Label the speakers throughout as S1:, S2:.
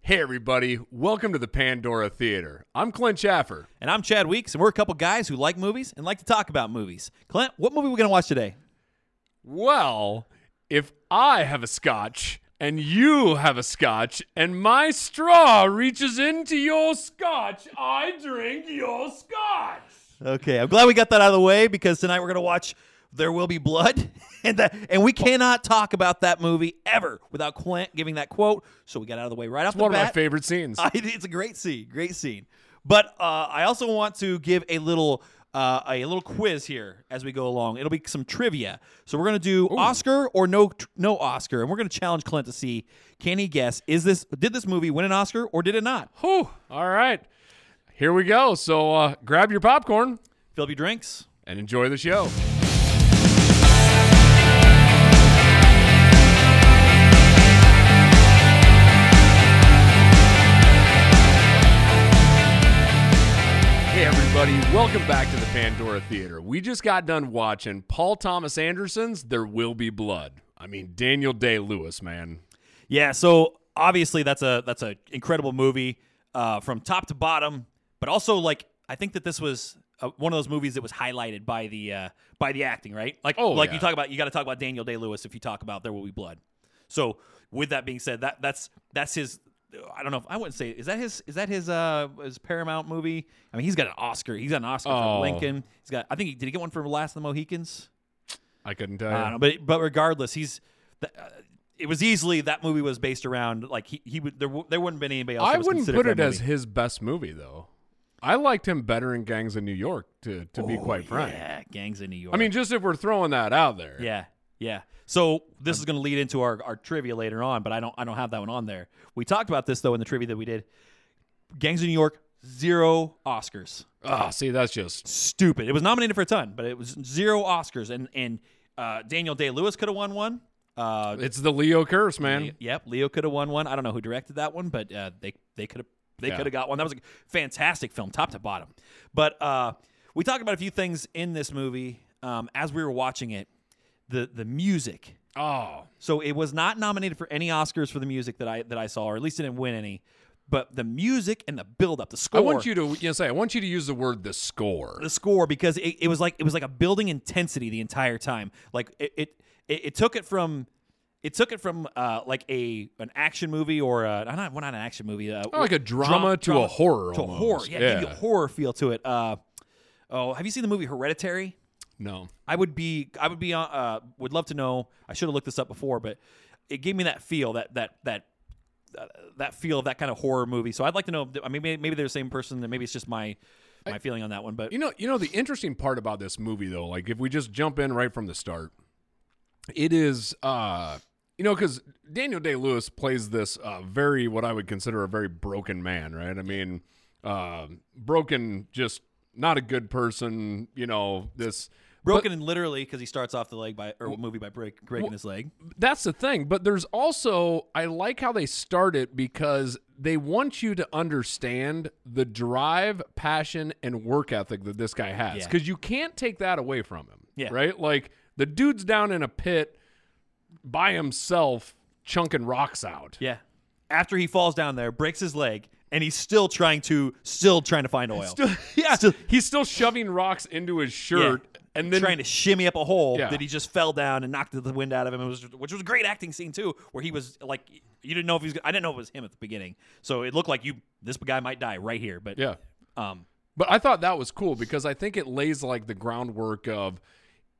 S1: Hey, everybody. Welcome to the Pandora Theater. I'm Clint Chaffer.
S2: And I'm Chad Weeks, and we're a couple guys who like movies and like to talk about movies. Clint, what movie are we going to watch today?
S1: Well, if I have a scotch and you have a scotch and my straw reaches into your scotch, I drink your scotch.
S2: Okay, I'm glad we got that out of the way because tonight we're going to watch There Will Be Blood, and that, and we cannot talk about that movie ever without Clint giving that quote. So we got out of the way right off
S1: It's one
S2: the
S1: of
S2: bat.
S1: my favorite scenes.
S2: I, it's a great scene, great scene. But uh, I also want to give a little uh, a little quiz here as we go along. It'll be some trivia. So we're gonna do Oscar or no no Oscar, and we're gonna challenge Clint to see can he guess is this did this movie win an Oscar or did it not?
S1: Whew. All right. Here we go. So uh, grab your popcorn
S2: Fill up your drinks.
S1: and enjoy the show. Hey, everybody, welcome back to the Pandora Theater. We just got done watching Paul Thomas Anderson's There Will Be Blood. I mean, Daniel Day Lewis, man.
S2: Yeah, so obviously that's a that's an incredible movie uh, from top to bottom, but also like I think that this was uh, one of those movies that was highlighted by the uh, by the acting, right? Like
S1: Oh,
S2: like
S1: yeah.
S2: you talk about you got to talk about Daniel Day Lewis if you talk about There Will Be Blood. So with that being said, that that's that's his. I don't know. If, I wouldn't say is that his is that his uh his Paramount movie. I mean, he's got an Oscar. He's got an Oscar
S1: Oh.
S2: for Lincoln. He's got. I think he did he get one for Last of the Mohicans.
S1: I couldn't tell you.
S2: I don't know, but but regardless, he's. th- Uh, it was easily that movie was based around like he, he would there, w- there wouldn't been anybody else.
S1: I
S2: that was
S1: wouldn't
S2: considered
S1: put
S2: for
S1: it
S2: that
S1: as
S2: movie.
S1: his best movie, though. I liked him better in Gangs of New York, to, to be quite frank.
S2: Oh, Yeah, gangs in New York.
S1: I mean, just if we're throwing that out there.
S2: yeah, yeah. So this is going to lead into our, our trivia later on, but I don't I don't have that one on there. We talked about this though in the trivia that we did. Gangs in New York zero Oscars.
S1: Ah, see, that's just
S2: Stupid. It was nominated for a ton, but it was zero Oscars. And and uh, Daniel Day Lewis could have won one. Uh,
S1: it's the Leo curse, man.
S2: Yep, Leo could have won one. I don't know who directed that one, but uh, they they could have they
S1: Yeah.
S2: could have got one. That was a fantastic film, top to bottom. But uh, we talked about a few things in this movie um, as we were watching it. The the music.
S1: Oh,
S2: So it was not nominated for any Oscars for the music that I that I saw, or at least it didn't win any. But the music and the build up, the score.
S1: I want you to you know, say I want you to use the word the score.
S2: the score because it, it was like it was like a building intensity the entire time. Like it it, it, it took it from it took it from uh, like a an action movie or a, not well, not an action movie uh,
S1: Oh, like a drama to a horror
S2: to a
S1: almost.
S2: horror yeah, give you
S1: Yeah.
S2: a horror feel to it. Uh, oh, have you seen the movie Hereditary?
S1: No,
S2: I would be I would be on uh, would love to know. I should have looked this up before, but it gave me that feel that that that uh, that feel of that kind of horror movie. So I'd like to know. I mean, maybe, maybe they're the same person. That maybe it's just my my feeling on that one. But
S1: you know, you know the interesting part about this movie though, like if we just jump in right from the start, it is uh you know because Daniel Day Lewis plays this uh, very what I would consider a very broken man, right? I mean, uh, broken, just not a good person. You know this.
S2: broken and literally because he starts off the leg by or movie by break, breaking his leg.
S1: that's the thing but there's also i like how they start it because they want you to understand the drive passion and work ethic that this guy has
S2: Yeah.
S1: because you can't take that away from him
S2: Yeah.
S1: right like the dude's down in a pit by himself chunking rocks out
S2: Yeah. After he falls down there, breaks his leg, and he's still trying to still trying to find oil.
S1: yeah he's still shoving rocks into his shirt and then
S2: trying to shimmy up a hole
S1: Yeah.
S2: that he just fell down and knocked the wind out of him. It was which was a great acting scene too, where he was like, you didn't know if he was. I didn't know if it was him at the beginning, so it looked like you this guy might die right here. But
S1: yeah
S2: um,
S1: But I thought that was cool because I think it lays like the groundwork of,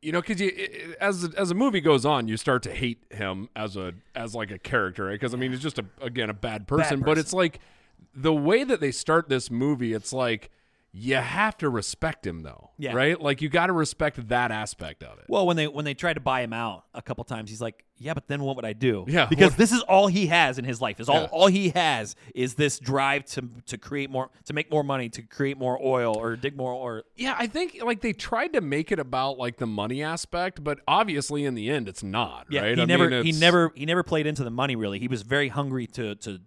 S1: you know, because you i- i- as as the movie goes on, you start to hate him as a as like a character because I mean he's just a again a bad person, but
S2: person.
S1: it's like the way that they start this movie, it's like you have to respect him though,
S2: Yeah.
S1: right? Like you got to respect that aspect of it.
S2: Well, when they when they tried to buy him out a couple times, he's like, "Yeah, but then what would I do?"
S1: Yeah,
S2: because
S1: what-
S2: this is all he has in his life. Is all
S1: Yeah.
S2: all he has is this drive to to create more, to make more money, to create more oil or dig more or
S1: Yeah, I think like they tried to make it about like the money aspect, but obviously in the end it's not,
S2: yeah.
S1: right?
S2: He
S1: I
S2: never
S1: mean,
S2: he
S1: it's-
S2: never he never played into the money really. He was very hungry to to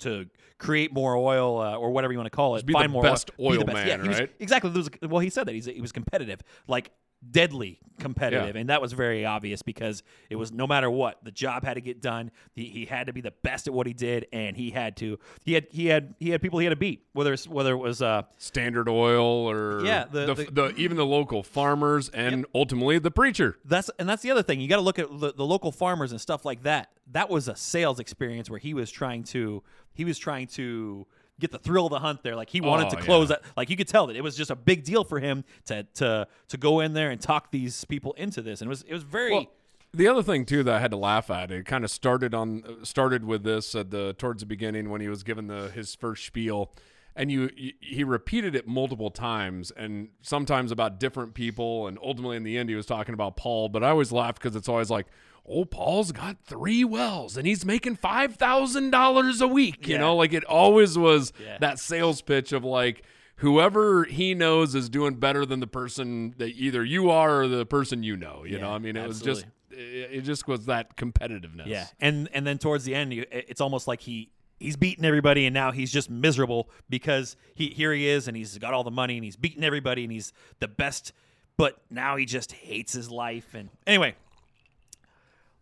S2: to create more oil uh, or whatever you want to call it.
S1: be the
S2: find more
S1: best
S2: oil, Be the
S1: oil
S2: best.
S1: man,
S2: yeah, he was-
S1: right?
S2: exactly. There was- well, he said that he's, he was competitive. Like deadly competitive, and that was very obvious because it was no matter what the job had to get done. He, he had to be the best at what he did, and he had to he had he had he had people he had to beat. Whether it's whether it was uh,
S1: Standard Oil or
S2: Yeah,
S1: the,
S2: the- the-
S1: the- even the local farmers and ultimately the preacher.
S2: that's and that's the other thing you got to look at the, the local farmers and stuff like that that was a sales experience where he was trying to he was trying to get the thrill of the hunt there like he wanted
S1: Oh,
S2: to
S1: yeah.
S2: close that like you could tell that it was just a big deal for him to to to go in there and talk these people into this and it was it was very
S1: Well, the other thing too that I had to laugh at, it kind of started on started with this at the towards the beginning when he was given the his first spiel, and you y- he repeated it multiple times, and sometimes about different people, and ultimately in the end he was talking about Paul. But I always laughed because it's always like. Oh, Paul's got three wells and he's making five thousand dollars a week. You
S2: Yeah.
S1: know, like it always was
S2: Yeah.
S1: that sales pitch of like whoever he knows is doing better than the person that either you are or the person you know. You know,
S2: Yeah,
S1: I mean, it was just
S2: absolutely.
S1: it it just was that competitiveness.
S2: yeah and and then towards the end you, it- it's almost like he he's beating everybody and now he's just miserable because he here he is and he's got all the money and he's beating everybody and he's the best but now he just hates his life and anyway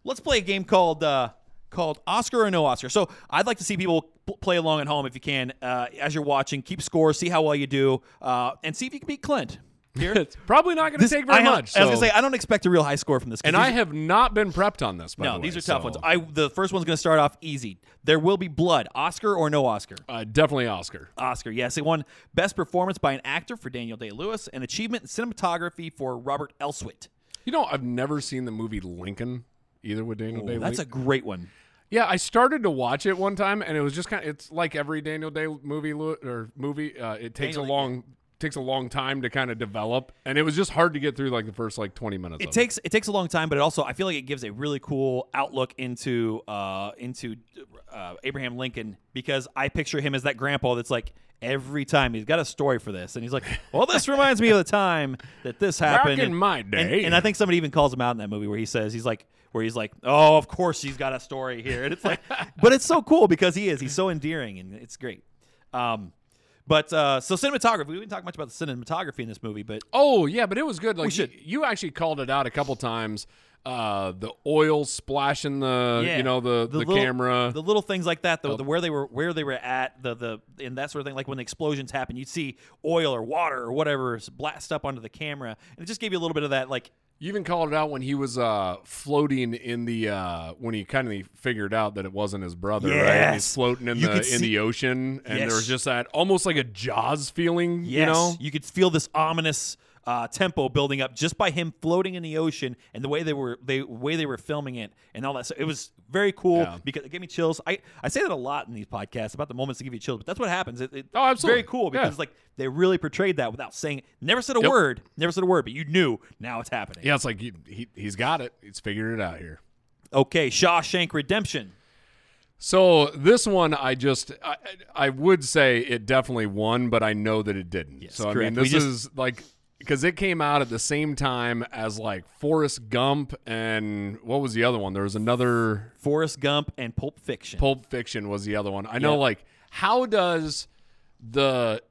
S2: let's play a game called uh, called Oscar or No Oscar. So I'd like to see people p- play along at home if you can. Uh, as you're watching, keep score, see how well you do, uh, and see if you can beat Clint. Here,
S1: It's probably not going to take very
S2: I, ha-
S1: much.
S2: I was
S1: so-
S2: gonna say I don't expect a real high score from this. 'cause
S1: and
S2: these
S1: I
S2: are-
S1: have not been prepped on this. By
S2: no,
S1: the way,
S2: these are tough
S1: so,
S2: ones. I the first one's gonna start off easy. There will be blood. Oscar or no Oscar?
S1: uh, definitely Oscar.
S2: Oscar, yes. It won Best Performance by an Actor for Daniel Day Lewis and Achievement in Cinematography for Robert Elswit.
S1: You know, I've never seen the movie Lincoln either with Daniel Day.
S2: Oh, That's a great one.
S1: Yeah, I started to watch it one time, and it was just kind of it's like every Daniel Day movie Lew- or movie. Uh, it takes
S2: Daniel
S1: a
S2: Day-
S1: long takes a long time to kind of develop, and it was just hard to get through like the first like twenty minutes.
S2: It
S1: of
S2: takes it takes a long time, but it also I feel like it gives a really cool outlook into uh, into uh, Abraham Lincoln because I picture him as that grandpa that's like every time he's got a story for this, and he's like, "Well, this reminds me of the time that this happened
S1: in
S2: and-
S1: my
S2: and-
S1: day.
S2: and I think somebody even calls him out in that movie where he says he's like where he's like, "Oh, of course he's got a story here," and it's like, but it's so cool because he is he's so endearing and it's great. Um, but uh, so cinematography, we didn't talk much about the cinematography in this movie, but
S1: Oh yeah, but it was good. Like
S2: should-
S1: y- you actually called it out a couple times. Uh, the oil splashing the
S2: Yeah.
S1: you know the the,
S2: little-
S1: camera.
S2: the little things like
S1: oh.
S2: that, the, the where they were where they were at, the the and that sort of thing. Like when the explosions happen, you'd see oil or water or whatever is blast up onto the camera, and it just gave you a little bit of that. Like
S1: you even called it out when he was uh floating in the uh when he kind of figured out that it wasn't his brother. Right? And
S2: Yes.
S1: he's floating in
S2: You
S1: the
S2: could
S1: in
S2: see-
S1: the ocean, and
S2: Yes.
S1: there was just that almost like a Jaws feeling.
S2: yes,
S1: You know.
S2: could feel this ominous. Uh, tempo building up just by him floating in the ocean and the way they were they way they were filming it and all that so it was very cool
S1: Yeah.
S2: because it gave me chills I, I say that a lot in these podcasts about the moments that give you chills but that's what happens it, it-
S1: Oh, absolutely.
S2: very cool
S1: Yeah.
S2: because like they really portrayed that without saying never said a word never said a word but you knew now it's happening
S1: Yeah, it's like he, he he's got it. He's figured it out here.
S2: Okay, Shawshank Redemption.
S1: So this one, I just I, I would say it definitely won, but I know that it didn't. so I mean,
S2: correct. We
S1: this
S2: just-
S1: is like because it came out at the same time as like Forrest Gump and what was the other one? There was another
S2: Forrest Gump and Pulp Fiction.
S1: Pulp Fiction was the other one. I know
S2: Yeah.
S1: like how does the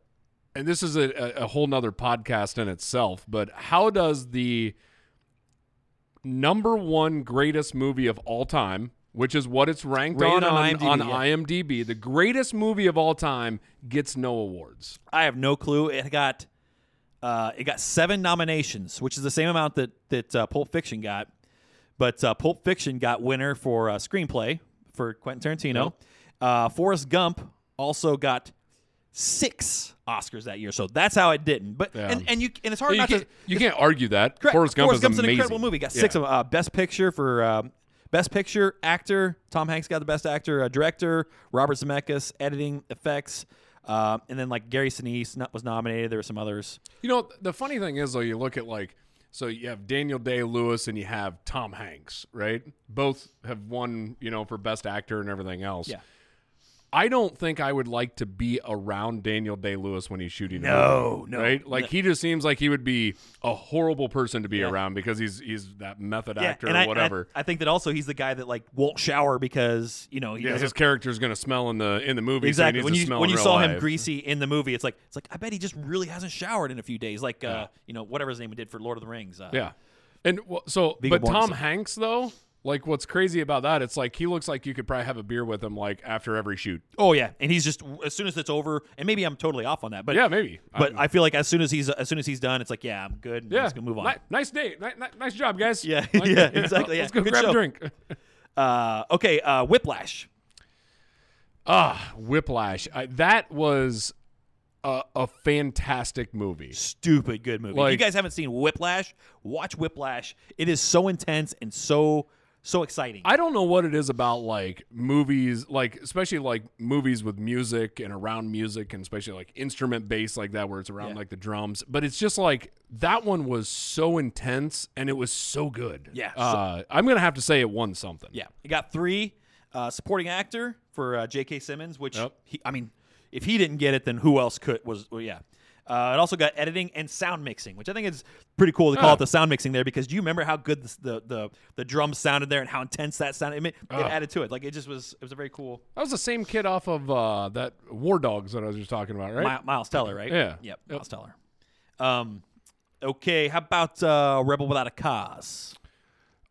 S1: and this is a, a- a whole nother podcast in itself, but how does the number one greatest movie of all time, which is what it's ranked on
S2: Rated on
S1: on,
S2: IMDb,
S1: on
S2: yeah.
S1: IMDb, the greatest movie of all time gets no awards.
S2: I have no clue. It got uh, it got seven nominations, which is the same amount that that uh, Pulp Fiction got. But uh, Pulp Fiction got winner for uh, screenplay for Quentin Tarantino. Uh, Forrest Gump also got six Oscars that year, so that's how it didn't. But
S1: Yeah.
S2: and, and you and it's hard
S1: You
S2: not
S1: can't,
S2: to
S1: you can't argue that.
S2: Correct.
S1: Forrest Gump is
S2: Gump's
S1: amazing.
S2: an incredible movie. Got six
S1: Yeah.
S2: of uh, best picture for um, best picture actor. Tom Hanks got the best actor, uh, director. Robert Zemeckis editing effects, uh, and then like Gary Sinise no- was nominated. There were some others.
S1: You know, th- the funny thing is, though, you look at like, so you have Daniel Day Lewis and you have Tom Hanks, right? Both have won, you know, for best actor and everything else.
S2: Yeah.
S1: I don't think I would like to be around Daniel Day Lewis when he's shooting. a
S2: No,
S1: movie,
S2: no.
S1: right? Like he just seems like he would be a horrible person to be around because he's he's that method actor
S2: and
S1: or
S2: I- and I-
S1: whatever.
S2: I, think that also he's the guy that like won't shower because you know he
S1: yeah,
S2: doesn't
S1: his character's gonna smell in the in the movie.
S2: exactly
S1: So he
S2: when
S1: needs to
S2: you
S1: smell
S2: when
S1: in
S2: you
S1: real
S2: saw him
S1: life.
S2: greasy in the movie. It's like it's like I bet he just really hasn't showered in a few days. Like uh, you know whatever his name did for Lord of the Rings. Uh,
S1: Yeah, and well, so
S2: Viggo
S1: but Tom
S2: Mortensen.
S1: Hanks though, like what's crazy about that? It's like he looks like you could probably have a beer with him like after every shoot.
S2: Oh yeah, and he's just as soon as it's over, and maybe I'm totally off on that, but
S1: Yeah, maybe. Uh,
S2: But I, feel like as soon as he's as soon as he's done, it's like yeah, I'm good. and I'm
S1: yeah,
S2: just gonna move on.
S1: Ni- nice day. Ni- ni- nice job, guys.
S2: Yeah, yeah, exactly, yeah.
S1: Let's go
S2: Good
S1: grab
S2: show.
S1: a drink.
S2: Uh, okay, uh, Whiplash.
S1: Ah, Whiplash. I, that was a, a fantastic movie.
S2: Stupid good movie. if you
S1: Like-
S2: guys haven't seen Whiplash, watch Whiplash. It is so intense and so so exciting.
S1: I don't know what it is about like movies, like especially like movies with music and around music and especially like instrument based like that where it's around
S2: Yeah.
S1: like the drums. But it's just like that one was so intense and it was so good.
S2: Yeah, so-
S1: Uh, I'm gonna have to say it won something.
S2: yeah, it got three uh, supporting actor for uh, J.K. Simmons, which
S1: Yep.
S2: he, I mean, if he didn't get it, then who else could? Was well, yeah. Uh, it also got editing and sound mixing, which I think is pretty cool to call
S1: Yeah.
S2: it the sound mixing there because do you remember how good the the the, the drums sounded there and how intense that sounded? I mean, it added to it. Like it just was. It was a very cool.
S1: That was the same kid off of uh, that War Dogs that I was just talking about, right?
S2: Mi- Miles Teller, right?
S1: Yeah.
S2: Yep.
S1: Yep.
S2: Miles Teller. Um, okay. How about uh, Rebel Without a Cause?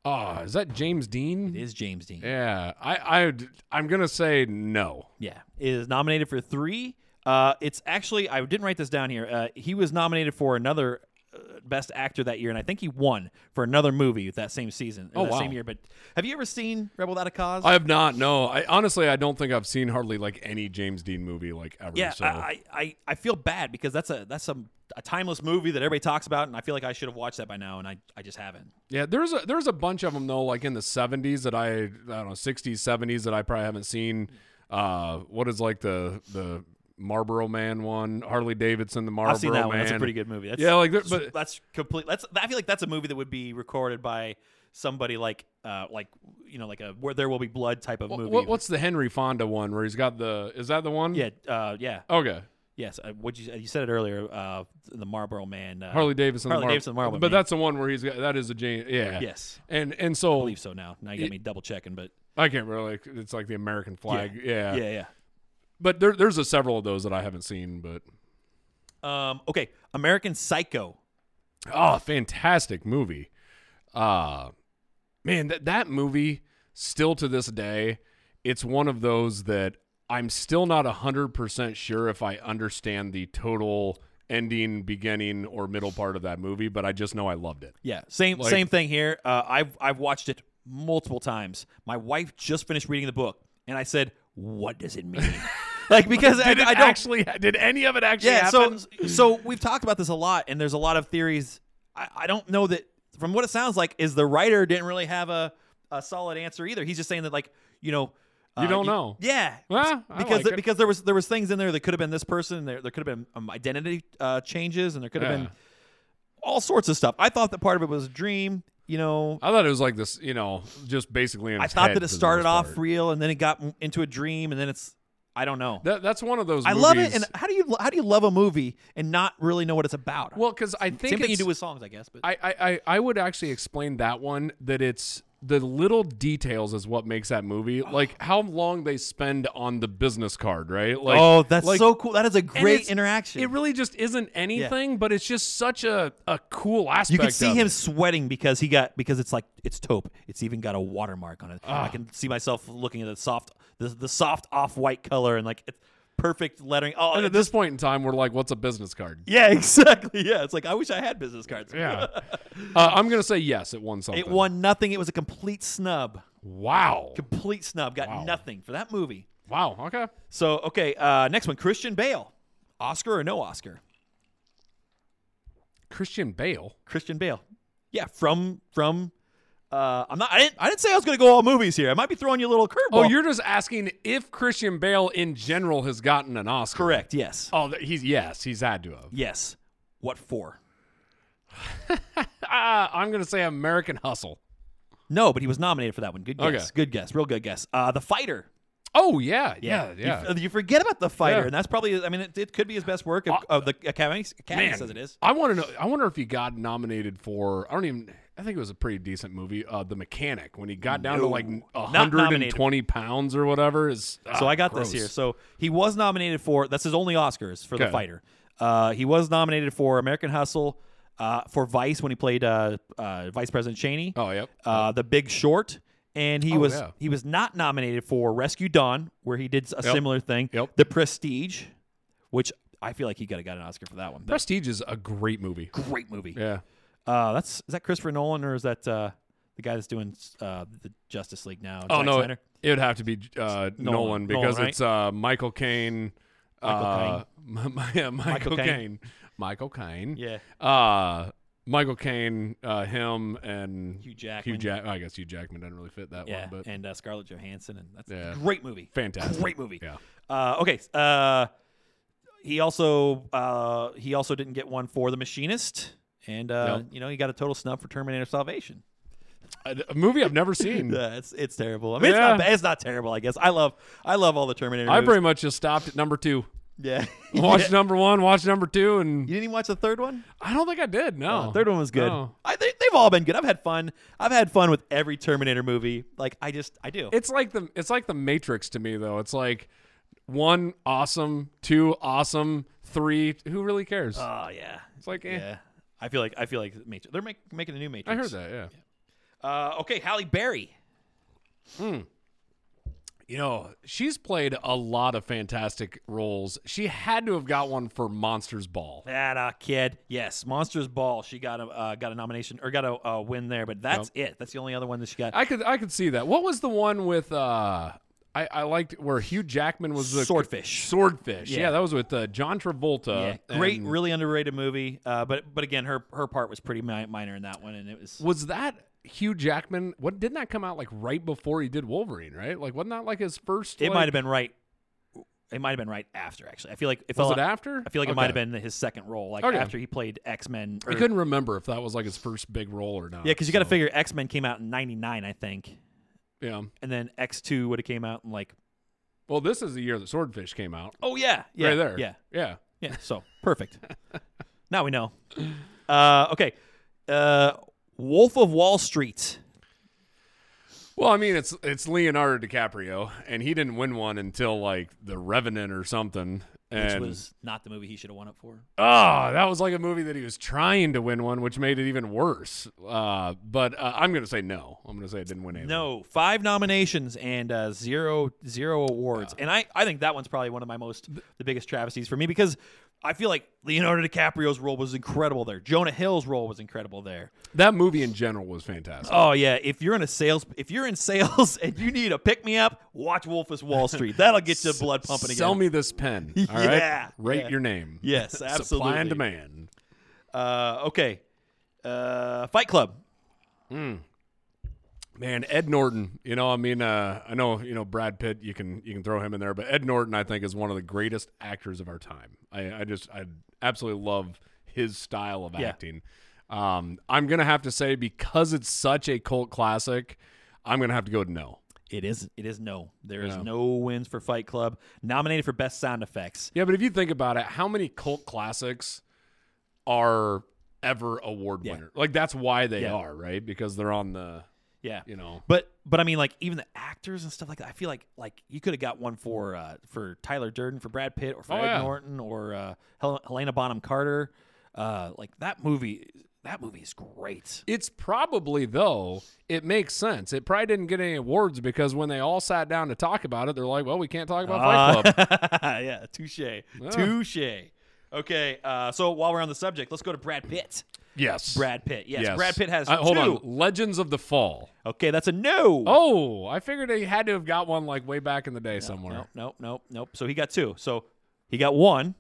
S1: Ah, is that James Dean?
S2: It is James Dean. Yeah.
S1: Yeah, I, I, I'm gonna say no.
S2: It is nominated for three. Uh, it's actually I didn't write this down here. Uh, he was nominated for another uh, Best Actor that year, and I think he won for another movie that same season. or
S1: Oh,
S2: that
S1: wow.
S2: Same year. But have you ever seen Rebel Without a Cause?
S1: I have not. No, I honestly, I don't think I've seen hardly like any James Dean movie like ever.
S2: yeah,
S1: so.
S2: I, I, I- I feel bad because that's a that's a, a timeless movie that everybody talks about, and I feel like I should have watched that by now, and I, I just haven't.
S1: yeah, there's a there's a bunch of them though, like in the '70s that I I don't know '60s '70s that I probably haven't seen. Uh, what is like the the Marlboro Man one, Harley Davidson, the Marlboro
S2: I've seen that
S1: Man.
S2: one. That's a pretty good movie. That's,
S1: Yeah, like there-
S2: that's-
S1: but-
S2: that's complete. That's I feel like that's a movie that would be recorded by somebody like uh like you know like a where there will be blood type of movie.
S1: What, what's the Henry Fonda one where he's got the? Is that the one?
S2: yeah, uh, yeah,
S1: Okay.
S2: yes. Uh, what you you said it earlier? Uh, the Marlboro Man. Uh,
S1: Harley Davidson. the
S2: Harley
S1: Mar-
S2: Davidson, Marlboro
S1: But
S2: Man.
S1: that's the one where he's got. That is a James. Yeah.
S2: Yes,
S1: And and
S2: I
S1: so
S2: believe so. Now, now you got me double checking, but
S1: I can't really. It's like the American flag. Yeah.
S2: yeah, yeah.
S1: But there, there's a several of those that I haven't seen. But
S2: Um, okay, American Psycho.
S1: oh, fantastic movie. Uh man, that that movie still to this day, it's one of those that I'm still not hundred percent sure if I understand the total ending, beginning, or middle part of that movie. But I just know I loved it.
S2: Yeah, same
S1: Like-
S2: same thing here. Uh, I've I've watched it multiple times. My wife just finished reading the book, and I said, "What does it mean?" like because I,
S1: Did it
S2: I don't
S1: actually? Did any of it actually?
S2: yeah. So
S1: happen?
S2: so we've talked about this a lot, and there's a lot of theories. I, I don't know that from what it sounds like is the writer didn't really have a a solid answer either. He's just saying that like you know.
S1: You
S2: uh,
S1: don't know.
S2: yeah,
S1: Well, I
S2: because
S1: like
S2: the-
S1: it.
S2: because there was there was things in there that could have been this person, and there there could have been um, identity uh, changes, and there could have
S1: Yeah.
S2: been all sorts of stuff. I thought that part of it was a dream. You know,
S1: I thought it was like this. You know, just basically. In
S2: I
S1: his
S2: thought
S1: head
S2: that it
S1: for the
S2: started
S1: most
S2: off
S1: part.
S2: real and then it got m- into a dream and then it's I don't know.
S1: That, that's one of those.
S2: I love it.
S1: movies-
S2: And how do you how do you love a movie and not really know what it's about?
S1: well, because I think
S2: same thing you
S1: it's-
S2: do with songs, I guess. But
S1: I, I, I- I would actually explain that one that it's the little details is what makes that movie. Like how long they spend on the business card, right? Like
S2: oh, that's
S1: like-
S2: so cool. That is a
S1: and
S2: great
S1: it's-
S2: interaction.
S1: It really just isn't anything, but it's just such a, a cool aspect.
S2: you can see
S1: of
S2: him
S1: it.
S2: sweating because he got because it's like it's taupe. It's even got a watermark on it.
S1: Ah.
S2: I can see myself looking at the soft the, the soft off white color and like it's perfect lettering. Oh,
S1: And
S2: it
S1: at this point in time, we're like, "What's a business card?"
S2: yeah, exactly. Yeah, it's like I wish I had business cards.
S1: Yeah, uh, I'm gonna say yes. It won something.
S2: it won nothing. It was a complete snub.
S1: Wow.
S2: Complete snub. Got nothing for that movie.
S1: Wow. Okay.
S2: So okay, uh, next one, Christian Bale, Oscar or no Oscar?
S1: Christian Bale.
S2: Christian Bale. Yeah, from from. Uh, I'm not. I didn't. I didn't say I was going to go all movies here. I might be throwing you a little curveball.
S1: Oh, you're just asking if Christian Bale in general has gotten an Oscar.
S2: correct. Yes.
S1: Oh, th- he's yes, he's had to have.
S2: Yes. What for?
S1: Uh, I'm gonna say American Hustle.
S2: No, but he was nominated for that one. Good guess.
S1: Okay.
S2: Good guess. Real good guess. Uh, the Fighter.
S1: Oh yeah, yeah,
S2: You
S1: yeah.
S2: f- You, forget about the fighter,
S1: Yeah. Uh,
S2: and that's probably. I mean, it, it could be his best work. If, of the Academy, Academy says it is.
S1: I want to know. I wonder if he got nominated for. I don't even. I think it was a pretty decent movie. Uh, the Mechanic, when he got down to
S2: No.
S1: like
S2: Not
S1: 120 pounds or whatever. Is ah,
S2: So I got
S1: gross.
S2: this here. So he was nominated for. That's his only Oscars for the
S1: Okay.
S2: fighter. Uh, he was nominated for American Hustle, uh, for Vice when he played uh, uh, Vice President Cheney.
S1: Oh yep. Oh,
S2: uh, The Big Short, and he was
S1: yeah.
S2: he was not nominated for Rescue Dawn, where he did a similar thing.
S1: Yep.
S2: The Prestige, which I feel like he could have got an Oscar for that one. That's
S1: Prestige is a great movie.
S2: a great movie.
S1: Yeah.
S2: Uh, that's is that Christopher Nolan or is that uh, the guy that's doing uh, the Justice League now?
S1: Oh
S2: Zack
S1: no,
S2: Snyder?
S1: it, it would have to be uh, Nolan,
S2: Nolan,
S1: because
S2: right?
S1: it's uh, Michael Caine.
S2: Michael
S1: uh, M- M- yeah, Michael
S2: Caine.
S1: Caine. Michael Caine.
S2: Yeah.
S1: Uh, Michael Caine, uh, him, and
S2: Hugh Jackman.
S1: Hugh Jack. I guess Hugh Jackman doesn't really fit that
S2: yeah,
S1: one, but
S2: and uh, Scarlett Johansson, and that's
S1: Yeah.
S2: a great movie.
S1: fantastic.
S2: Great movie.
S1: Yeah.
S2: Uh, okay. Uh, he also uh, he also didn't get one for The Machinist, and uh,
S1: Yep.
S2: you know he got a total snub for Terminator Salvation.
S1: A, a movie I've never seen.
S2: Yeah, it's it's terrible. I mean, it's not
S1: Hmm. Yeah.
S2: ba- it's not terrible. I guess I love I love all the Terminator.
S1: I
S2: movies.
S1: pretty much just stopped at number two.
S2: yeah.
S1: Watched
S2: Yeah.
S1: number one, watched number two, and
S2: You didn't even watch the third one.
S1: I don't think I did. No,
S2: The Uh, third one was good.
S1: No.
S2: I think they've all been good. I've had fun. I've had fun with every Terminator movie. Like I just I do.
S1: It's like the it's like the Matrix to me though. It's like one awesome, two awesome, three. Who really cares?
S2: oh yeah.
S1: it's like eh.
S2: Yeah. I feel like I feel like Matrix. They're make, making a new Matrix.
S1: I heard that. Yeah.
S2: Uh, okay, Halle Berry.
S1: You know, she's played a lot of fantastic roles. She had to have got one for Monsters Ball.
S2: That a kid. Yes, Monsters Ball. She got a uh, got a nomination or got a uh, win there, but that's it. That's the only other one that she got.
S1: I could I could see that. What was the one with uh I, I liked where Hugh Jackman was the
S2: Swordfish.
S1: Swordfish. Yeah,
S2: Yeah.
S1: that was with uh, John
S2: Yeah,
S1: Travolta.
S2: great,
S1: and-
S2: really underrated movie. Uh, but but again, her her part was pretty mi- minor in that one, and it was
S1: was that Hugh Jackman? What didn't that come out like right before he did Wolverine? Right, like wasn't that like his first?
S2: it
S1: like-
S2: might have been right. It might have been right after. Actually, I feel like it
S1: Was
S2: felt.
S1: it after?
S2: I feel like it
S1: Okay.
S2: might have been his second role, like
S1: Okay.
S2: after he played X Men.
S1: I
S2: Yeah,
S1: couldn't remember if that was like his first big role or not.
S2: because you got to
S1: so,
S2: figure X Men came out in '99, I think,
S1: Yeah.
S2: and then X Two would have came out in like.
S1: Well, this is the year that Swordfish came out.
S2: Oh yeah, yeah,
S1: right there.
S2: yeah,
S1: Yeah.
S2: yeah. So perfect. now we know. Uh, okay, uh, Wolf of Wall Street.
S1: Well, I mean, it's it's Leonardo DiCaprio, and he didn't win one until like The Revenant or something.
S2: Which
S1: And
S2: was not the movie he should have won it for.
S1: Oh, that was like a movie that he was trying to win one, which made it even worse. Uh, but uh, I'm going to say no. I'm going to say it didn't win anything.
S2: No, five nominations and uh, zero zero awards, and I I think that one's probably one of my most the biggest travesties for me because I feel like Leonardo DiCaprio's role was incredible there. Jonah Hill's role was incredible there.
S1: That movie in general was fantastic.
S2: Oh yeah, if you're in a sales if you're in sales and you need a pick me up, watch Wolf of Wall Street. That'll get your blood pumping again.
S1: Sell me this pen. All right.
S2: Yeah,
S1: Rate
S2: yeah.
S1: your name.
S2: Yes, absolutely.
S1: Supply and demand.
S2: Uh, okay, uh, Fight Club.
S1: Man, Ed Norton. You know, I mean, uh, I know you know Brad Pitt. You can you can throw him in there, but Ed Norton, I think, is one of the greatest actors of our time. I, I just I absolutely love his style of
S2: Yeah.
S1: acting. Um, I'm gonna have to say because it's such a cult classic, I'm gonna have to go to no.
S2: It is it is no. There is
S1: Yeah.
S2: no wins for Fight Club. Nominated for best sound effects.
S1: Yeah, but if you think about it, how many cult classics are ever award
S2: Yeah.
S1: winner? Like that's why they
S2: Yeah.
S1: are, right? Because they're on the,
S2: Yeah.
S1: you know.
S2: But but I mean like even the actors and stuff like that. I feel like like you could have got one for uh, for Tyler Durden, for Brad Pitt, or for
S1: Oh,
S2: Ed
S1: yeah.
S2: Norton, or uh, Hel- Helena Bonham Carter. Uh, like that movie. That movie is great.
S1: It's probably though, it makes sense. It probably didn't get any awards because when they all sat down to talk about it, they're like, "Well, we can't talk about Fight Club."
S2: Uh, yeah, touche, touche. Okay, uh, so while we're on the subject, let's go to Brad Pitt.
S1: Yes.
S2: Brad Pitt, yes, Brad Pitt has
S1: Uh, hold
S2: two.
S1: on. Legends of the Fall.
S2: Okay, that's a no.
S1: Oh, I figured they had to have got one like way back in the day somewhere.
S2: Nope, nope, nope, nope. So he got two. So he got one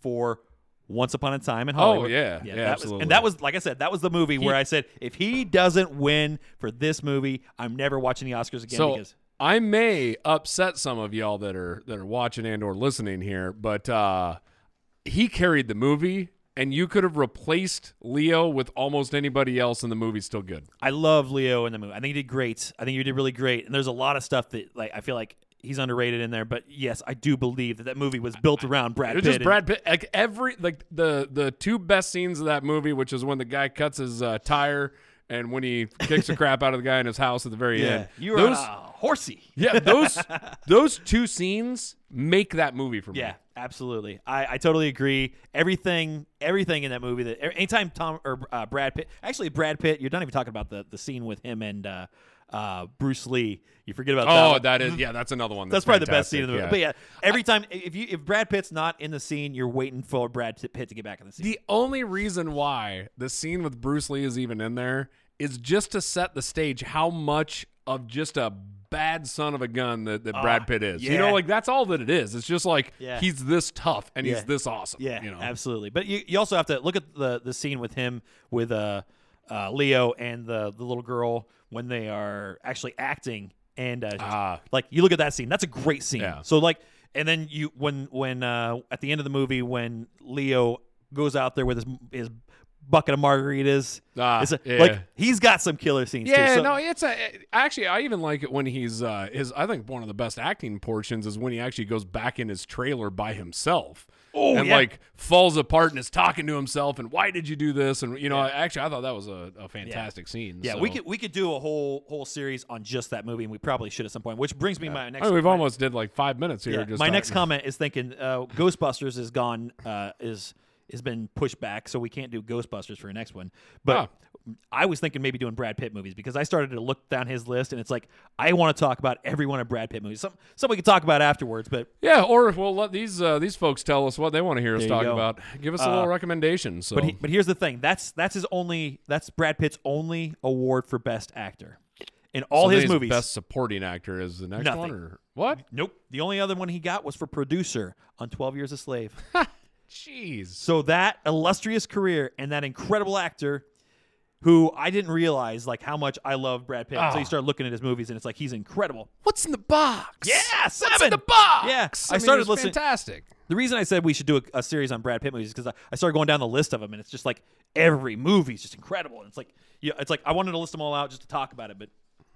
S2: for Once Upon a Time in Hollywood.
S1: Oh, yeah. Yeah,
S2: that was,
S1: absolutely.
S2: and that was, like I said, that was the movie where I said, if he doesn't win for this movie, I'm never watching the Oscars again.
S1: So
S2: because
S1: I may upset some of y'all that are that are watching and or listening here, but uh, he carried the movie, and you could have replaced Leo with almost anybody else, and the movie's still good.
S2: I love Leo in the movie. I think he did great. I think you did really great. And there's a lot of stuff that, like, I feel like he's underrated in there. But yes, I do believe that that movie was built around Brad
S1: It was
S2: Pitt.
S1: just
S2: and-
S1: Brad Pitt. Like every like the the two best scenes of that movie, which is when the guy cuts his uh, tire and when he kicks the crap out of the guy in his house at the very
S2: yeah,
S1: end.
S2: you are
S1: those,
S2: a horsey.
S1: yeah, those those two scenes make that movie for me.
S2: Yeah, absolutely. I, I totally agree. Everything, everything in that movie. That e, anytime Tom or uh, Brad Pitt, actually Brad Pitt, you're not even talking about the the scene with him and uh, uh, Bruce Lee. You forget about that.
S1: Oh,
S2: one.
S1: that is yeah. That's another one.
S2: That's
S1: That's,
S2: probably the best scene in the movie.
S1: fantastic,
S2: But yeah, every time if you if Brad Pitt's not in the scene, you're waiting for Brad Pitt to get back in the scene.
S1: The only reason why the scene with Bruce Lee is even in there is just to set the stage how much of just a bad son of a gun that, that Brad Pitt is. You
S2: Ah, yeah.
S1: know, like that's all that it is. It's just like
S2: Yeah.
S1: he's this tough and
S2: Yeah.
S1: he's this awesome.
S2: Yeah,
S1: You know?
S2: absolutely. But you, you also have to look at the the scene with him with uh, uh Leo and the the little girl when they are actually acting and uh,
S1: Ah.
S2: like you look at that scene. That's a great scene.
S1: Yeah.
S2: So like and then you when when uh at the end of the movie when Leo goes out there with his his bucket of margaritas
S1: Ah,
S2: it's a-
S1: yeah.
S2: like he's got some killer scenes
S1: Yeah,
S2: too. So-
S1: no, it's a actually I even like it when he's uh his I think one of the best acting portions is when he actually goes back in his trailer by himself.
S2: Oh,
S1: and
S2: yeah.
S1: like falls apart and is talking to himself and why did you do this? And you know, actually I thought that was a, a fantastic scene.
S2: yeah,
S1: so.
S2: we could we could do a whole whole series on just that movie, and we probably should at some point. Which brings me my next.
S1: I mean, we've
S2: my-
S1: almost did like five minutes here.
S2: Yeah,
S1: Just
S2: my
S1: talking.
S2: next comment is thinking uh, Ghostbusters is gone uh, is has been pushed back, so we can't do Ghostbusters for your next one. But
S1: Ah.
S2: I was thinking maybe doing Brad Pitt movies because I started to look down his list, and it's like I want to talk about every one of Brad Pitt movies. Some some we could talk about afterwards, but
S1: Yeah, or if we'll let these uh, these folks tell us what they want to hear us
S2: you
S1: talk
S2: go. Uh,
S1: about. Give us a little recommendation. So
S2: but he, but here's the thing that's that's his only that's Brad Pitt's only award for Best Actor in all
S1: So
S2: his
S1: then
S2: movies.
S1: best supporting actor is the next
S2: Nothing.
S1: one, or what?
S2: Nope. The only other one he got was for producer on Twelve Years a Slave.
S1: Jeez.
S2: So that illustrious career and that incredible actor who I didn't realize like how much I love Brad Pitt.
S1: Ah.
S2: So you start looking at his movies and it's like he's incredible.
S1: What's in the box?
S2: Yeah, seven.
S1: What's in the box?
S2: Yeah, I
S1: I, mean,
S2: started
S1: it's
S2: listening-
S1: Fantastic.
S2: The reason I said we should do a, a series on Brad Pitt movies is because I, I started going down the list of them and it's just like every movie is just incredible. And it's like yeah, it's like I wanted to list them all out just to talk about it, but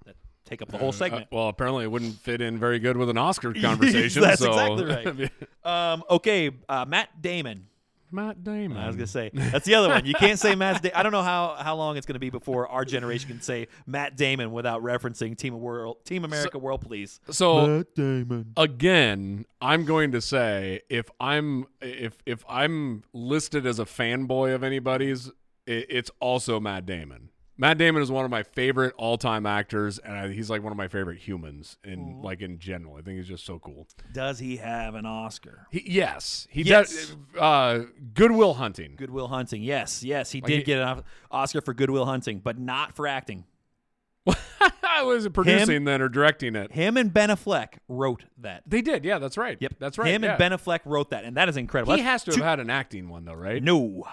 S2: that take up the whole
S1: Uh,
S2: segment.
S1: well, apparently it wouldn't fit in very good with an Oscar conversation.
S2: That's
S1: so.
S2: exactly right. um, okay, uh, Matt Damon.
S1: Matt Damon.
S2: I was gonna say that's the other one. You can't say Matt. Da- I don't know how, how long it's gonna be before our generation can say Matt Damon without referencing Team World, Team America, World Police.
S1: so
S2: Matt Damon.
S1: again, I'm going to say if I'm if if I'm listed as a fanboy of anybody's, it, it's also Matt Damon. Matt Damon is one of my favorite all-time actors, and I, he's like one of my favorite humans in like in general. I think he's just so cool.
S2: Does he have an Oscar?
S1: He, yes, he
S2: Yes.
S1: does. Uh, Goodwill Hunting.
S2: Goodwill Hunting. Yes, yes, he did
S1: he-
S2: get an o- Oscar for Goodwill Hunting, but not for acting.
S1: I was producing then or directing it.
S2: Him and Ben Affleck wrote that.
S1: They did. Yeah, that's right.
S2: Yep,
S1: that's right.
S2: Him
S1: yeah.
S2: and Ben Affleck wrote that, and that is incredible.
S1: He
S2: That's
S1: has to
S2: two-
S1: have had an acting one though, right?
S2: No,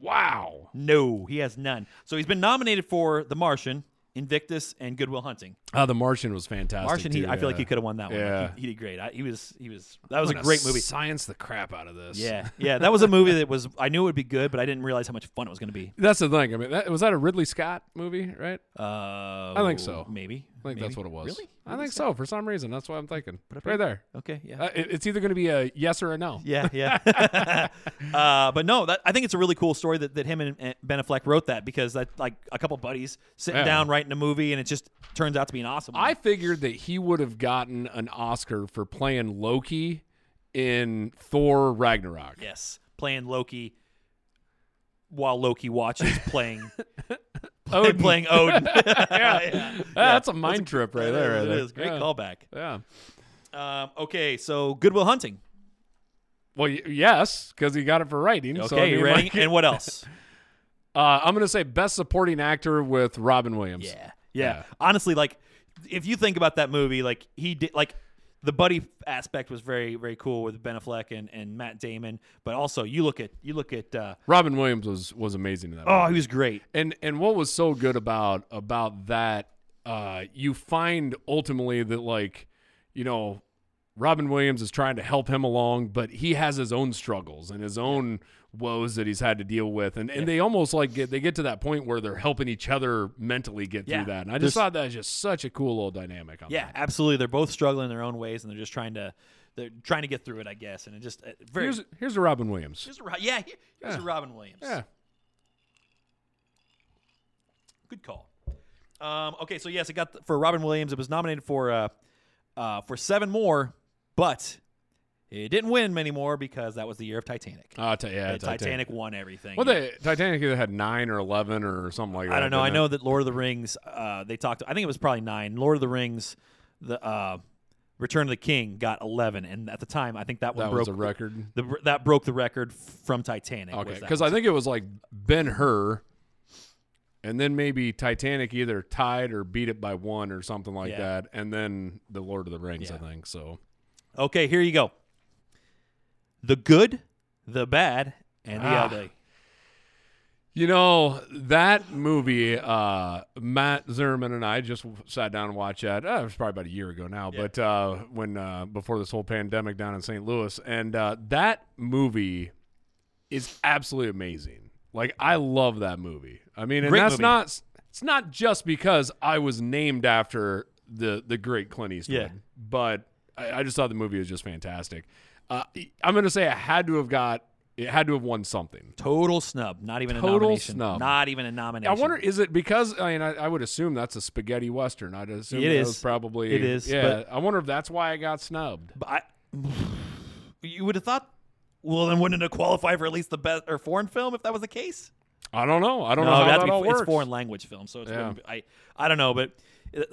S1: Wow.
S2: no, he has none. So he's been nominated for The Martian, Invictus, and Goodwill Hunting.
S1: Oh, The Martian was fantastic. Uh,
S2: Martian, he,
S1: too,
S2: I feel like
S1: yeah.
S2: he could have won that one. Like,
S1: Yeah.
S2: he, he did great. I, he was, he was. That was a
S1: gonna
S2: great movie.
S1: Science the crap out of this.
S2: Yeah, yeah, that was a movie that was. I knew it would be good, but I didn't realize how much fun it was going to be.
S1: That's the thing. I mean, that, was that a Ridley Scott movie, right?
S2: Uh, I
S1: think so.
S2: Maybe.
S1: I think that's what it was.
S2: Really?
S1: I think so. For some reason, that's what I'm thinking. Right there.
S2: Okay. Yeah.
S1: Uh, it- it's either going to be a yes or a no.
S2: yeah, yeah. uh, but no, that, I think it's a really cool story that, that him and, and Ben Affleck wrote that because that like a couple buddies sitting
S1: Yeah.
S2: down writing a movie and it just turns out to be an awesome. one.
S1: I figured that he would have gotten an Oscar for playing Loki in Thor Ragnarok.
S2: yes, playing Loki while Loki watches playing
S1: Odin.
S2: playing Odin.
S1: Yeah, that's a mind trip right there.
S2: It
S1: right there.
S2: is. Great
S1: yeah.
S2: callback.
S1: Yeah.
S2: Um, okay, so Goodwill Hunting.
S1: Well, y- yes, because he got it for writing. so, I
S2: Okay,
S1: mean,
S2: ready?
S1: like,
S2: and what else?
S1: uh, I'm going to say best supporting actor with Robin Williams.
S2: yeah, yeah,
S1: Yeah.
S2: Honestly, like if you think about that movie, like he did, like the buddy aspect was very, very cool with Ben Affleck and, and Matt Damon. But also, you look at you look at uh,
S1: Robin Williams was was amazing in that.
S2: oh, he was great.
S1: And and what was so good about about that uh you find ultimately that like you know Robin Williams is trying to help him along, but he has his own struggles and his own woes that he's had to deal with, and and they almost like get they get to that point where they're helping each other mentally get
S2: Yeah.
S1: through that. And I just
S2: There's-
S1: thought that was just such a cool little dynamic. On
S2: Yeah,
S1: that.
S2: absolutely. They're both struggling in their own ways, and they're just trying to they're trying to get through it, I guess. And it just uh, very
S1: here's here's a Robin Williams.
S2: here's a Ro- yeah, here- here's a Robin Williams.
S1: Yeah,
S2: good call. Um, okay, so yes, it got for Robin Williams. It was nominated for uh, uh, for seven more, but it didn't win many more because that was the year of Titanic.
S1: uh, t- yeah,
S2: The Titanic. won everything.
S1: Well, the Titanic either had nine or eleven or something like that.
S2: I don't know. I
S1: didn't it?
S2: know that Lord of the Rings. Uh, they talked. I think it was probably nine. Lord of the Rings, the uh, Return of the King got eleven, and at the time, I think that one
S1: that
S2: broke
S1: was a record.
S2: The, that broke the record from Titanic.
S1: Okay, because
S2: because
S1: I think it was like Ben Hur, and then maybe Titanic either tied or beat it by one or something like
S2: Yeah.
S1: that, and then the Lord of the Rings, I
S2: Yeah.
S1: think. So
S2: okay, here you go. The good, the bad, and the
S1: Ah.
S2: ugly.
S1: you know that movie, uh, Matt Zimmerman and I just w- sat down and watched that. Uh, it was probably about a year ago now, but uh, when uh, before this whole pandemic down in St. Louis, and uh, that movie is absolutely amazing. Like I love that movie. I mean, and
S2: Great
S1: that's
S2: movie.
S1: not it's not just because I was named after the the great Clint Eastwood,
S2: Yeah.
S1: but I, I just thought the movie was just fantastic. Uh, I'm going to say I had to have got it had to have won something.
S2: Total snub. Not even
S1: Total
S2: a nomination.
S1: snub.
S2: Not even a nomination.
S1: I wonder is it because I mean I, I would assume that's a spaghetti western. I'd assume
S2: It
S1: that
S2: is.
S1: was probably
S2: It is,
S1: Yeah, I wonder if that's why I got snubbed.
S2: But I, you would have thought. Well, then wouldn't it qualify for at least the best or foreign film if that was the case?
S1: I don't know. I don't know
S2: No,
S1: how
S2: it has
S1: that
S2: to be,
S1: all
S2: it's
S1: works.
S2: foreign language film, so it's
S1: Yeah.
S2: wouldn't be- I I don't know, but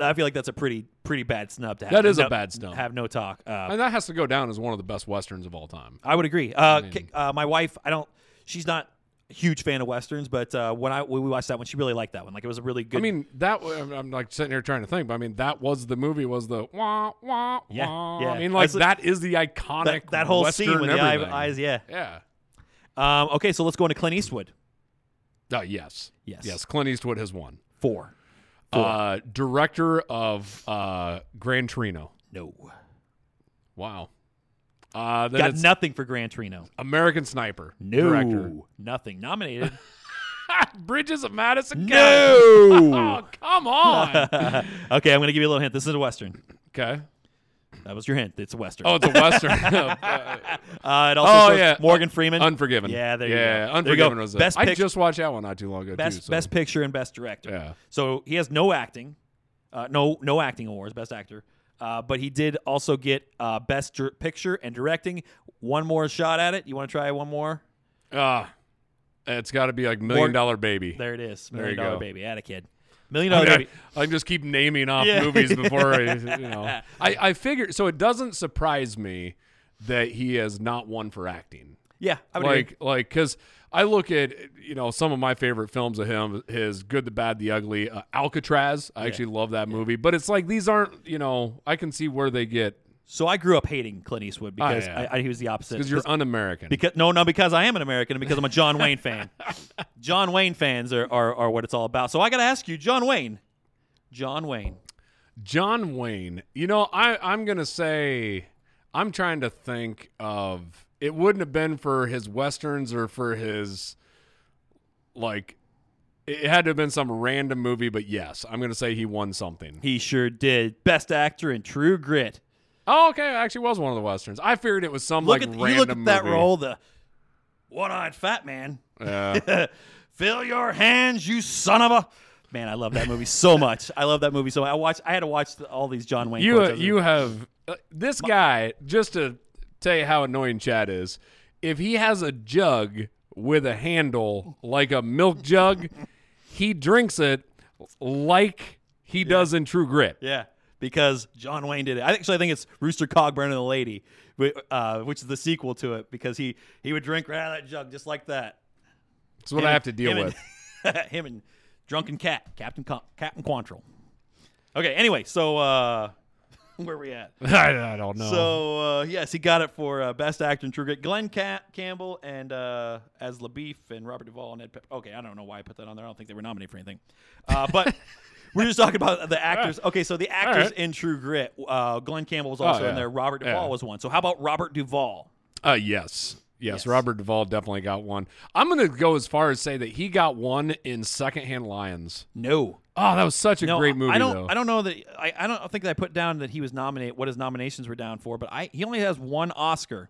S2: I feel like that's a pretty pretty bad snub to have.
S1: That is a
S2: no-
S1: bad snub.
S2: Have no talk. Uh,
S1: And that has to go down as one of the best westerns of all time.
S2: I would agree. Uh, ki- uh, my wife, I don't. She's not a huge fan of westerns, but uh, when I when we watched that one, she really liked that one. Like it was a really good.
S1: I mean, that wa- I'm, I'm like sitting here trying to think, but I mean, that was the movie was the wah wah
S2: Yeah,
S1: wah.
S2: yeah.
S1: I mean, like
S2: That's-
S1: that is the iconic
S2: that, that whole
S1: Western
S2: scene with the
S1: everything.
S2: eye, eyes, yeah.
S1: Yeah.
S2: Um, okay, so let's go into Clint Eastwood.
S1: Uh, yes.
S2: Yes.
S1: Yes. Clint Eastwood has won.
S2: Four.
S1: Uh, director of uh, Gran Torino.
S2: No.
S1: Wow. Uh, then
S2: Got
S1: it's
S2: nothing for Gran Torino.
S1: American Sniper.
S2: No.
S1: Director.
S2: Nothing. Nominated.
S1: Bridges of Madison County.
S2: no.
S1: Oh, come on.
S2: okay, I'm gonna give you a little hint. This is a western.
S1: okay.
S2: That was your hint. It's a western.
S1: Oh, it's a Western. Uh,
S2: Uh, it also
S1: Oh,
S2: stars
S1: yeah.
S2: Morgan Freeman.
S1: Unforgiven.
S2: Yeah, there you
S1: yeah,
S2: go. There you go.
S1: Unforgiven was it.
S2: Best
S1: I
S2: pic-
S1: just watched that one not too long ago,
S2: best
S1: too. So.
S2: best picture and best director.
S1: Yeah.
S2: So he has no acting, uh, no no acting awards, best actor. Uh, but he did also get uh, best dir- picture and directing. One more shot at it. You want to try one more?
S1: Uh, it's got to be like Million
S2: Morgan-
S1: Dollar Baby.
S2: There it is.
S1: you
S2: Million Dollar
S1: go.
S2: Baby. Add a kid. Million
S1: I,
S2: Dollar
S1: mean, I-
S2: Baby.
S1: I can just keep naming off
S2: Yeah.
S1: movies before I, you know. I, I figured, so it doesn't surprise me that he has not won for acting.
S2: Yeah, I would agree.
S1: like like because I look at you know some of my favorite films of him his good the bad the ugly uh, Alcatraz I actually love that movie but it's like these aren't you know I can see where they get
S2: So I grew up hating Clint Eastwood because
S1: Oh, yeah.
S2: I, I, he was the opposite.
S1: because you're un-American
S2: Because no, no, because I am an American and because I'm a John Wayne fan. John Wayne fans are, are, are what it's all about. So I gotta ask you, John Wayne. John Wayne.
S1: John Wayne you know I I'm gonna say I'm trying to think of it wouldn't have been for his westerns or for his like it had to have been some random movie but yes I'm gonna say he won something
S2: He sure did. Best actor in True Grit.
S1: oh okay it actually was one of the westerns I figured it was some
S2: Look
S1: like
S2: at
S1: random
S2: you look at that
S1: movie.
S2: role, the one-eyed fat man.
S1: Yeah.
S2: Fill your hands, you son of a. Man, I love that movie so much. I love that movie so much. I watch. I had to watch the, all these John Wayne.
S1: you
S2: quotes. I was
S1: you have uh, this guy just to tell you how annoying Chad is. If he has a jug with a handle like a milk jug, he drinks it like he does in True Grit.
S2: Yeah, because John Wayne did it. I actually think it's Rooster Cogburn and the Lady, whi- uh, which is the sequel to it, because he he would drink right out of that jug just like that.
S1: That's what I have to deal with.
S2: with him and drunken cat Captain Con- Captain Quantrill. Okay. Anyway, so uh, where we at?
S1: I, I don't know.
S2: So
S1: Oh.
S2: uh, yes, he got it for uh, best actor in True Grit. Glenn Ca- Campbell and uh, as LaBeef and Robert Duvall and Ed. Pep- okay, I don't know why I put that on there. I don't think they were nominated for anything. Uh, but We're just talking about the actors. Okay, so the actors
S1: right. Oh,
S2: in True Grit, uh, Glenn Campbell was also
S1: yeah.
S2: in there. Robert
S1: Yeah.
S2: Duvall was one. So how about Robert Duvall?
S1: Uh, yes. Yes,
S2: Yes.
S1: Robert Duvall definitely got one. I'm going to go as far as say that he got one in Secondhand Lions.
S2: No,
S1: Oh, that was such a
S2: no,
S1: great
S2: I-
S1: movie,
S2: I don't.
S1: though.
S2: I don't know that. I, I don't think that I put down that he was nominated. What his nominations were down for, but I he only has one Oscar.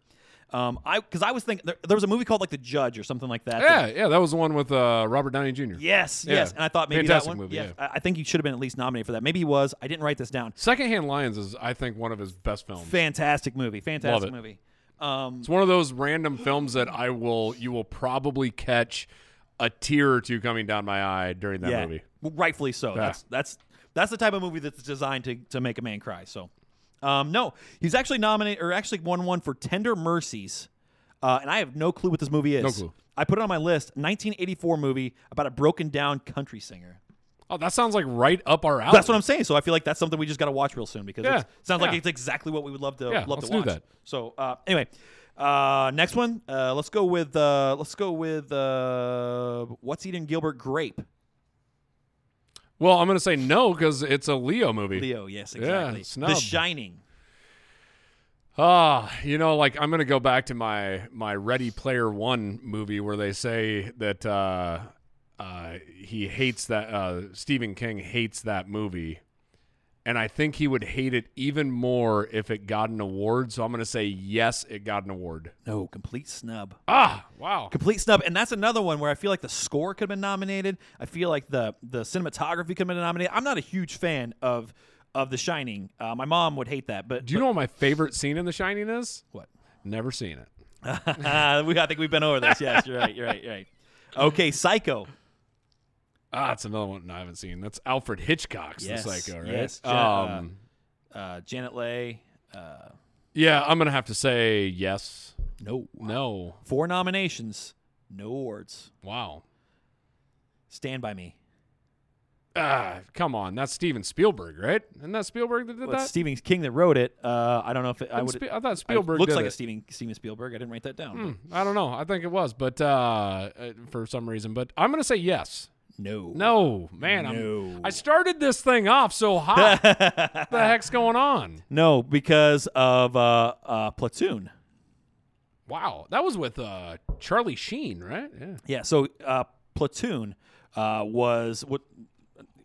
S2: Um, I because I was thinking there, there was a movie called like The Judge or something like that.
S1: yeah, yeah, that was the one with uh, Robert Downey Jr.
S2: Yes,
S1: Yeah.
S2: yes, and I thought maybe
S1: Fantastic
S2: that one.
S1: movie,
S2: yes,
S1: yeah.
S2: I, I think he should have been at least nominated for that. Maybe he was. I didn't write this down.
S1: Secondhand Lions is, I think, one of his best films.
S2: Fantastic movie. Fantastic
S1: it.
S2: movie. Um,
S1: It's one of those random films that I will, you will probably catch a tear or two coming down my eye during that
S2: yeah,
S1: movie.
S2: Well, rightfully so. That's that's that's the type of movie that's designed to to make a man cry. So, um, no, he's actually nominated or actually won one for Tender Mercies, uh, and I have no clue what this movie is.
S1: No clue.
S2: I put it on my list. 1984 movie about a broken down country singer.
S1: Oh, that sounds like right up our alley.
S2: That's what I'm saying. So I feel like that's something we just got to watch real soon because
S1: Oh. Yeah.
S2: it sounds like
S1: Yeah.
S2: it's exactly what we would love to
S1: Yeah,
S2: love
S1: let's
S2: to
S1: do
S2: watch.
S1: that.
S2: So uh, anyway, uh, next one. Uh, let's go with uh, let's go with uh, what's eating Gilbert Grape.
S1: Well, I'm going to say no because it's a Leo movie.
S2: Leo, yes,
S1: Yeah,
S2: exactly.
S1: snub.
S2: the Shining.
S1: Ah, you know, like I'm gonna go back to my my Ready Player One movie where they say that uh, uh, he hates that uh, Stephen King hates that movie, and I think he would hate it even more if it got an award. So I'm gonna say yes, it got an award.
S2: No, complete snub.
S1: Ah, wow.
S2: Complete snub, and that's another one where I feel like the score could have been nominated. I feel like the the cinematography could have been nominated. I'm not a huge fan of of The Shining. Uh, my mom would hate that, but
S1: Do you know what my favorite scene in The Shining is?
S2: what?
S1: Never seen it.
S2: Uh, we, I think we've been over this. Yes, you're right. You're right. You're right. Okay, Psycho.
S1: Ah, it's another one I haven't seen. That's Alfred Hitchcock's
S2: Yes,
S1: The Psycho, right?
S2: yes,
S1: um,
S2: Ja- Uh, Janet Leigh. Uh,
S1: yeah, I'm gonna have to say yes.
S2: no.
S1: No.
S2: Four nominations, no awards.
S1: Wow.
S2: Stand by me.
S1: Ah, come on. That's Steven Spielberg, right? Isn't that Spielberg that did
S2: Well, it's
S1: that?
S2: Stephen King that wrote it. Uh, I don't know if it, I
S1: Didn't
S2: would.
S1: Spe- I thought
S2: I-
S1: Spielberg
S2: looks
S1: did
S2: like a
S1: it. Hmm.
S2: Stephen Steven Spielberg. I didn't write that down. but
S1: I don't know. I think it was, but uh, uh, for some reason. But I'm gonna say yes.
S2: No.
S1: No, man. I'm,
S2: No.
S1: I started this thing off so hot. what the heck's going on?
S2: No, because of uh, uh, Platoon.
S1: Wow, that was with uh, Charlie Sheen, right? Yeah.
S2: Yeah. So uh, Platoon uh, was what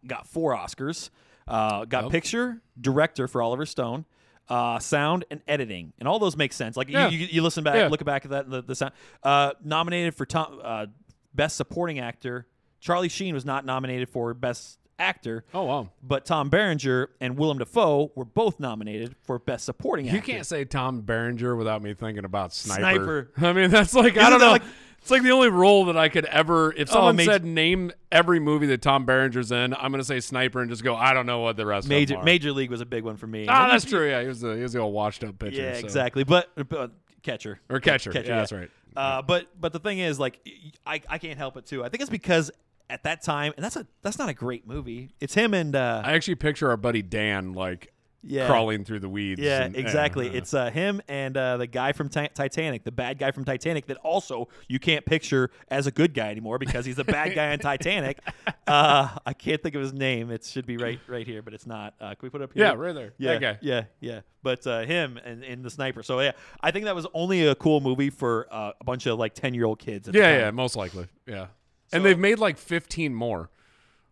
S2: got four Oscars. Uh, got picture, director for Oliver Stone, uh, sound and editing, and all those make sense. Like
S1: Yeah.
S2: you, you, you listen back,
S1: Yeah.
S2: look back at that the, the sound. Uh, nominated for Tom, uh, best supporting actor. Charlie Sheen was not nominated for best actor.
S1: Oh wow.
S2: But Tom Berenger and Willem Dafoe were both nominated for Best Supporting Actor.
S1: You can't say Tom Berenger without me thinking about sniper.
S2: Sniper.
S1: I mean, that's like I
S2: Isn't
S1: don't
S2: that
S1: know.
S2: like- Oh,
S1: it's like the only role that I could ever. If someone
S2: major-
S1: said name every movie that Tom Berenger's in, I'm gonna say sniper and just go. I don't know what the rest
S2: Major
S1: of them are.
S2: Major League was a big one for me.
S1: Ah, that's true. Yeah, he was the he was the old washed up pitcher.
S2: yeah,
S1: so-
S2: exactly. But, but catcher
S1: Or catcher.
S2: Catcher,
S1: yeah,
S2: yeah.
S1: that's right.
S2: Uh, but but the thing is, like, y- I, I can't help it too. I think it's because at that time, and that's a that's not a great movie. It's him and uh,
S1: I actually picture our buddy Dan like
S2: yeah,
S1: crawling through the weeds.
S2: yeah,
S1: and-
S2: exactly.
S1: uh,
S2: It's uh, him and uh, the guy from Ti- Titanic, the bad guy from Titanic, that also you can't picture as a good guy anymore because he's the bad guy in Titanic. Uh, I can't think of his name. It should be right right here, but it's not. Uh, can we put it up here?
S1: yeah, right there.
S2: Yeah,
S1: that guy.
S2: yeah, yeah. But uh, him and, and the sniper. So yeah, I think that was only a cool movie for uh, a bunch of like ten year old kids. At the
S1: Yeah,
S2: time.
S1: yeah, most likely. Yeah. and they've made like 15 more.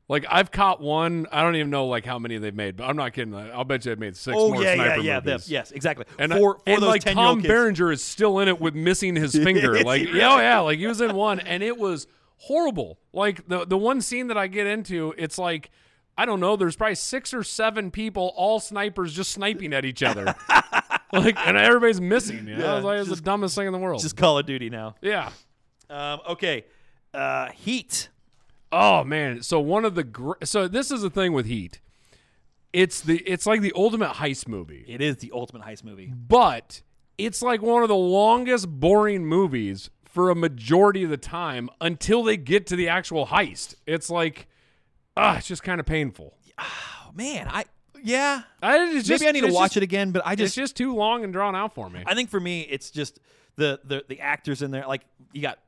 S1: Like I've caught one. I don't even know like how many they've made, but I'm not kidding. I'll bet you they've made six
S2: Oh
S1: more
S2: yeah, yeah,
S1: sniper
S2: yeah,
S1: movies.
S2: this, yes, exactly.
S1: And, I-
S2: for for
S1: and,
S2: those
S1: like
S2: ten year
S1: Tom
S2: old kids.
S1: Berenger is still in it with missing his finger. like
S2: you're
S1: yeah, oh, yeah, like he was in one, and it was horrible. Like the the one scene that I get into, it's like I don't know. There's probably six or seven people, all snipers, just sniping at each other. like and everybody's missing. You know?
S2: Yeah,
S1: I was like, it's the
S2: just-
S1: dumbest thing in the world.
S2: Just Call of Duty now.
S1: yeah.
S2: Um, okay, uh, Heat.
S1: Oh man! So one of the gr- so this is the thing with Heat. It's the it's like the ultimate heist movie.
S2: It is the ultimate heist movie.
S1: but it's like one of the longest boring movies for a majority of the time until they get to the actual heist. It's like ah, it's just kind of painful.
S2: Oh man, I yeah.
S1: I, it's just,
S2: Maybe I need to
S1: it's
S2: watch
S1: just-
S2: it again, but I
S1: It's
S2: just
S1: just too long and drawn out for me.
S2: I think for me, it's just the the, the actors in there. Like you got,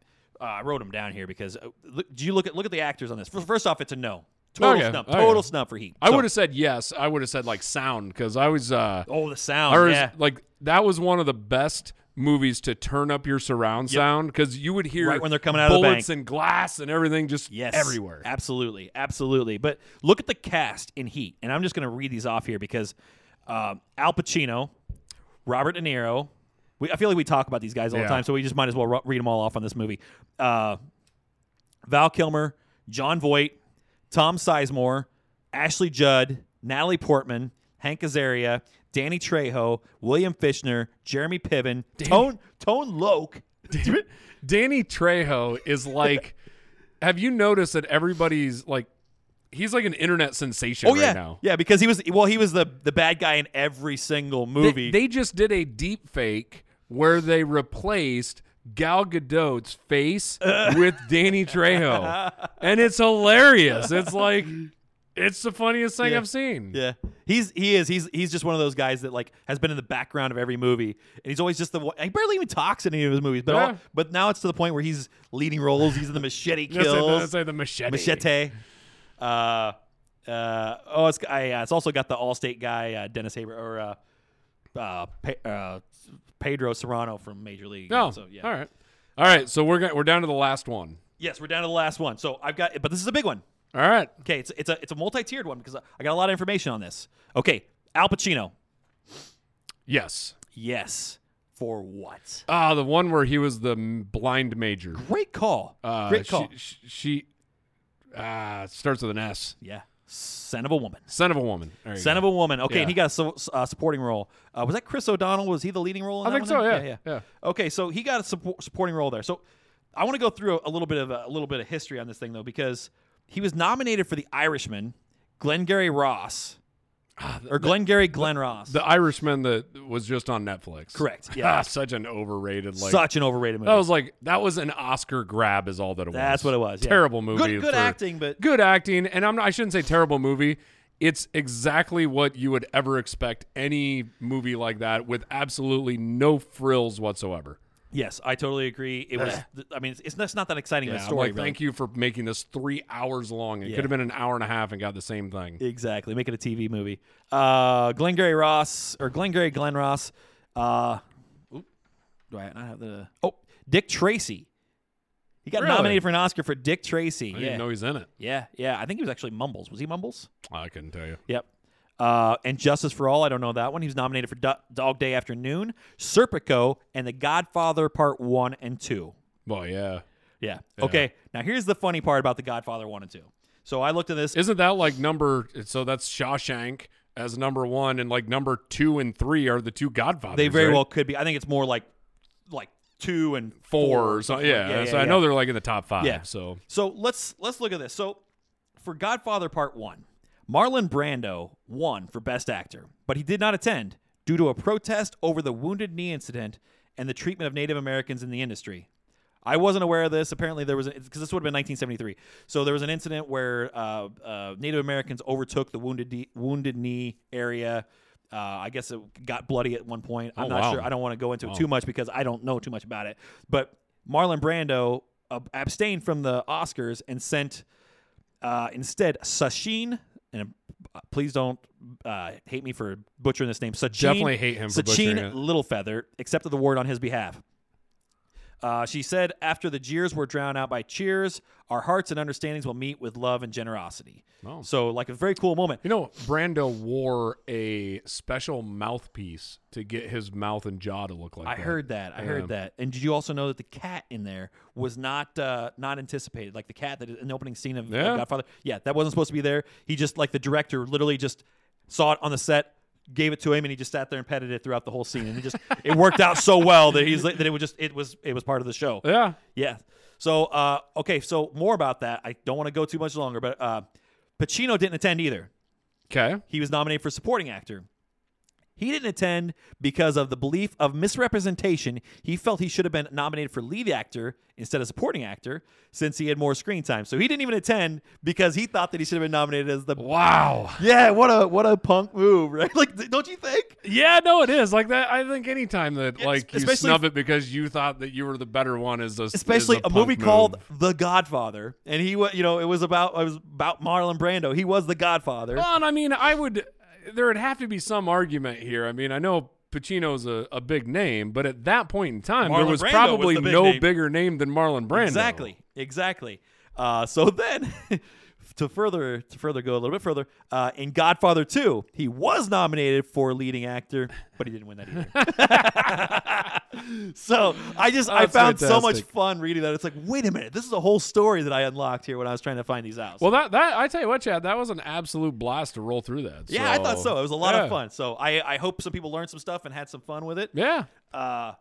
S2: uh, I wrote them down here because uh, look, do you look at look at the actors on this? Fir- First off, it's a no. Total
S1: Okay,
S2: snub.
S1: okay.
S2: Total snub for Heat.
S1: I
S2: So-
S1: would have said yes. I would have said like sound because I was uh,
S2: Oh, the
S1: I
S2: sound.
S1: was
S2: Yeah.
S1: like that was one of the best movies to turn up your surround sound because you would hear
S2: Right when they're coming out of the
S1: bullets and glass and everything just
S2: Yes.
S1: everywhere.
S2: Absolutely. Absolutely. But look at the cast in Heat. And I'm just going to read these off here because um, Al Pacino, Robert De Niro. We, I feel like we talk about these guys all
S1: Yeah.
S2: the time, so we just might as well ru- read them all off on this movie. Uh, Val Kilmer, John Voight, Tom Sizemore, Ashley Judd, Natalie Portman, Hank Azaria, Danny Trejo, William Fishner, Jeremy Piven, Tone Tone Loke.
S1: Danny Trejo is like, have you noticed that everybody's like, he's like an internet sensation
S2: Oh
S1: right
S2: yeah,
S1: now.
S2: yeah, because he was well, he was the the bad guy in every single
S1: They-
S2: movie.
S1: They, just did a deep fake where they replaced Gal Gadot's face with Danny Trejo, and it's hilarious. It's like, it's the funniest thing
S2: Yeah.
S1: I've seen.
S2: yeah, he's he is he's he's just one of those guys that like has been in the background of every movie, and he's always just the one. He barely even talks in any of his movies, but all-
S1: Yeah.
S2: but now it's to the point where he's leading roles. He's in the Machete
S1: Let's say, the-
S2: Kills,
S1: let's say the machete.
S2: Machete. Uh, uh, oh, it's I, uh, it's also got the Allstate guy uh, Dennis Haber or uh, uh, Pe- uh, Pedro Serrano from Major League.
S1: No.
S2: so yeah,
S1: Oh, All right. All right. So we're go- we're down to the last one.
S2: yes, we're down to the last one. So I've got, but this is a big one.
S1: All right.
S2: Okay, it's it's a it's a multi-tiered one because I I got a lot of information on this. Okay, Al Pacino.
S1: Yes.
S2: Yes. For what?
S1: Ah, the one where he was the m- blind major.
S2: Great call.
S1: Uh,
S2: Great call.
S1: She, she, she uh, starts with an S.
S2: yeah. Son of a woman.
S1: Son of a woman. There you
S2: Son
S1: go.
S2: of a woman. Okay,
S1: Yeah.
S2: and he got a su- uh, supporting role. Uh, was that Chris O'Donnell? Was he the leading role? In
S1: I
S2: that
S1: think
S2: one?
S1: so, yeah, yeah.
S2: Okay, so he got a suppo- supporting role there. So I want to go through a, a little bit of a, little bit of history on this thing though, because he was nominated for The Irishman, Glengarry Ross, or Glengarry Glenn Ross.
S1: Ah, The Irishman that was just on Netflix.
S2: Correct.
S1: Yeah.
S2: Yeah.
S1: such an overrated. Like
S2: Such an overrated movie.
S1: that was like that was an Oscar grab is all that it was.
S2: That's what it was, yeah.
S1: Terrible movie.
S2: Good- good
S1: for-
S2: acting, but-
S1: good acting, and I'm not, I shouldn't say terrible movie. It's exactly what you would ever expect any movie like that with absolutely no frills whatsoever.
S2: Yes, I totally agree. It was. th- I mean, it's, it's that's not that exciting of
S1: Yeah,
S2: a
S1: I'm
S2: story.
S1: like,
S2: really.
S1: thank you for making this three hours long. It
S2: Yeah.
S1: could have been an hour and a half and got the same thing.
S2: Exactly. Make it a TV movie. Uh, Glengarry Ross or Glengarry Glen Ross. Uh, oop, do I not have the? Oh, Dick Tracy. He got
S1: Really?
S2: nominated for an Oscar for Dick Tracy.
S1: I
S2: yeah,
S1: didn't know he's in it.
S2: yeah, yeah. I think he was actually Mumbles. Was he Mumbles?
S1: I couldn't tell you.
S2: Yep. Uh, and Justice for All. I don't know that one. He was nominated for Do- Dog Day Afternoon, Serpico, and The Godfather Part One and Two.
S1: Well, yeah.
S2: Yeah. Okay. Now here's the funny part about The Godfather One and Two. So I looked at this.
S1: Isn't that like number? So that's Shawshank as number one, and like number two and three are the two Godfathers.
S2: They very
S1: right?
S2: well could be. I think it's more like like two and
S1: four, or something. Yeah.
S2: Yeah, yeah,
S1: so I
S2: yeah.
S1: know they're like in the top five.
S2: Yeah.
S1: So
S2: So let's let's look at this. So for Godfather Part One, Marlon Brando won for Best Actor, but he did not attend due to a protest over the wounded knee incident and the treatment of Native Americans in the industry. I wasn't aware of this. Apparently, there was because this would have been 1973. So there was an incident where uh, uh, Native Americans overtook the wounded knee, wounded knee area. Uh, I guess it got bloody at one point. I'm
S1: Oh,
S2: not
S1: wow.
S2: sure. I don't want to go into it too much because I don't know too much about it. But Marlon Brando uh, abstained from the Oscars and sent uh, instead Sachin. And uh, please don't uh, hate me for butchering this name. Sachin,
S1: Definitely hate him for butchering
S2: Sachin
S1: it.
S2: Littlefeather accepted the award on his behalf. Uh, she said, after the jeers were drowned out by cheers, our hearts and understandings will meet with love and generosity.
S1: Oh.
S2: So, like a very cool moment.
S1: you know, Brando wore a special mouthpiece to get his mouth and jaw to look like.
S2: I
S1: that.
S2: heard that. I heard that. And did you also know that the cat in there was not uh, not anticipated? Like the cat that in the opening scene of uh,
S1: Yeah.
S2: Godfather. Yeah, that wasn't supposed to be there. He just like the director literally just saw it on the set, gave it to him, and he just sat there and petted it throughout the whole scene. And it just it worked out so well that he's like- that it was just it was it was part of the show.
S1: Yeah.
S2: Yeah. So uh, okay, so more about that. I don't want to go too much longer, but uh, Pacino didn't attend either.
S1: Okay.
S2: He was nominated for supporting actor. He didn't attend because of the belief of misrepresentation. He felt he should have been nominated for lead actor instead of supporting actor since he had more screen time. So he didn't even attend because he thought that he should have been nominated as the
S1: Wow.
S2: Yeah, what a what a punk move, right? Like th- don't you think?
S1: Yeah, no, it is like that. I think anytime that
S2: Yeah,
S1: like you
S2: especially-
S1: snub it because you thought that you were the better one is a is
S2: especially a, movie
S1: punk move.
S2: called The Godfather, and he was, you know, it was about it was about Marlon Brando. He was the Godfather.
S1: Well, and I mean, I would. There would have to be some argument here. I mean, I know Pacino's a, a big name, but at that point in time, there
S2: Marlon
S1: was
S2: Brando was
S1: probably
S2: the big
S1: no
S2: name.
S1: bigger name than Marlon Brando.
S2: Exactly, exactly. Uh, so then, to further to further go a little bit further, uh, in Godfather Two, he was nominated for leading actor, but he didn't win that either. so I just I
S1: That's
S2: found so much
S1: fantastic.
S2: fun reading that. It's like, wait a minute, this is a whole story that I unlocked here when I was trying to find these out. So
S1: Well, that that I tell you what, Chad, that was an absolute blast to roll through that.
S2: yeah, I thought so. It was a lot
S1: yeah.
S2: of fun. So I I hope some people learned some stuff and had some fun with it.
S1: Yeah.
S2: uh,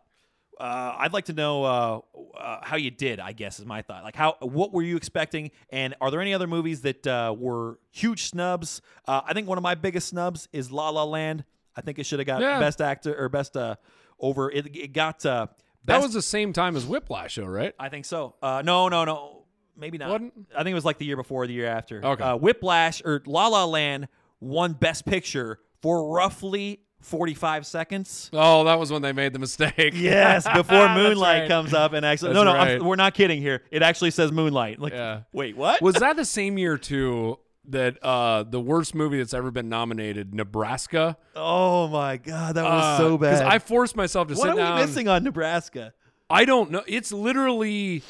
S2: uh, I'd like to know uh, uh, how you did. I guess is my thought. Like how, what were you expecting? And are there any other movies that uh, were huge snubs? Uh, I think one of my biggest snubs is La La Land. I think it should have got
S1: Yeah.
S2: best actor or best uh, over. It, it got uh,
S1: That
S2: best.
S1: was the same time as Whiplash, though, right?
S2: I think so. Uh, no, no, no. Maybe not.
S1: Wasn't?
S2: I think it was like the year before, or the year after.
S1: Okay.
S2: Uh, Whiplash or La La Land won Best Picture for roughly forty-five seconds.
S1: Oh, that was when they made the mistake.
S2: Yes, before
S1: That's
S2: Moonlight
S1: right.
S2: comes up and actually.
S1: That's
S2: no, no,
S1: right.
S2: I'm, we're not kidding here. It actually says Moonlight. Like,
S1: Yeah.
S2: wait, what?
S1: was that the same year too that uh, the worst movie that's ever been nominated, Nebraska?
S2: oh my god, that was
S1: Uh,
S2: so
S1: 'cause
S2: bad.
S1: I forced myself to
S2: what
S1: sit
S2: are
S1: down.
S2: we missing on Nebraska?
S1: I don't know. It's literally,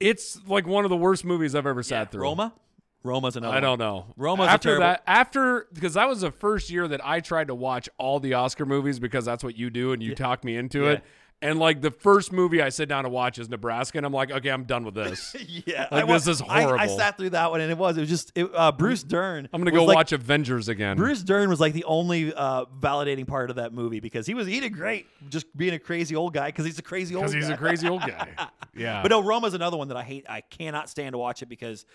S1: it's like one of the worst movies I've ever sat through.
S2: Roma. Roma's another.
S1: I
S2: one.
S1: don't know.
S2: Roma's a
S1: after
S2: terrible-
S1: that, after because that was the first year that I tried to watch all the Oscar movies because that's what you do and you talk me into it. And like the first movie I sit down to watch is Nebraska, and I'm like, okay, I'm done with this.
S2: yeah,
S1: Like,
S2: I wa-
S1: this is
S2: I- I,
S1: horrible.
S2: sat through that one, and it was it was just it, uh, Bruce Dern.
S1: I'm gonna
S2: was
S1: go
S2: like-
S1: watch Avengers again.
S2: Bruce Dern was like the only uh, validating part of that movie because he was he did great just being a crazy old guy because he's a crazy old
S1: because he's
S2: guy.
S1: a crazy old guy. Yeah,
S2: But uh, no, Roma's another one that I hate. I cannot stand to watch it because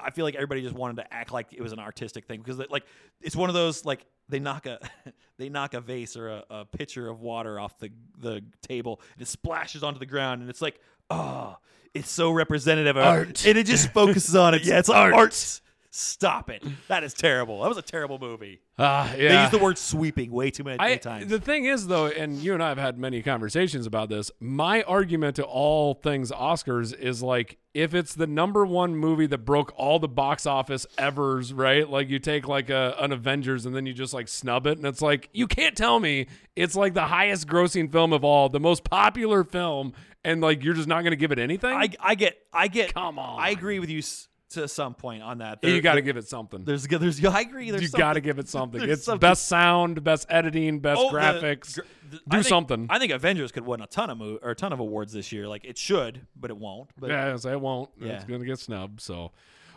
S2: I feel like everybody just wanted to act like it was an artistic thing because like it's one of those like they knock a they knock a vase or a, a pitcher of water off the the table and it splashes onto the ground and it's like oh it's so representative of
S1: Art.
S2: and it just focuses on it. yeah, it's art. Stop it. That is terrible. That was a terrible movie.
S1: Ah, yeah.
S2: They use the word sweeping way too many, many
S1: I,
S2: times.
S1: the thing is, though, and you and I have had many conversations about this. My argument to all things Oscars is like, if it's the number one movie that broke all the box office evers, right? Like you take like a, an Avengers and then you just like snub it, and it's like you can't tell me it's like the highest grossing film of all, the most popular film, and like you're just not gonna give it anything.
S2: I, I get I get
S1: Come on.
S2: I agree with you s- to some point on that.
S1: you
S2: There-
S1: got to give it something.
S2: There's, there's, I agree. There's
S1: You
S2: something-
S1: got to give it something.
S2: there's
S1: It's
S2: something-
S1: best sound, best editing, best
S2: Oh, the-
S1: graphics.
S2: gr- the-
S1: Do
S2: I think-
S1: something.
S2: I think Avengers could win a ton of mo- or a ton of awards this year. Like it should, but it won't. But
S1: yeah, so it won't. It's
S2: Yeah.
S1: gonna get snubbed. So,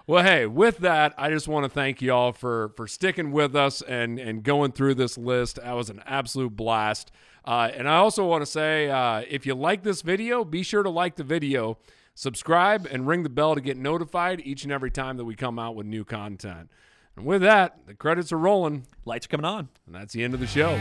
S1: well, hey, with that, I just want to thank y'all for for sticking with us and and going through this list. That was an absolute blast. Uh, and I also want to say, uh, if you like this video, be sure to like the video, subscribe, and ring the bell to get notified each and every time that we come out with new content. And with that, the credits are rolling,
S2: lights are coming on.
S1: and that's the end of the show.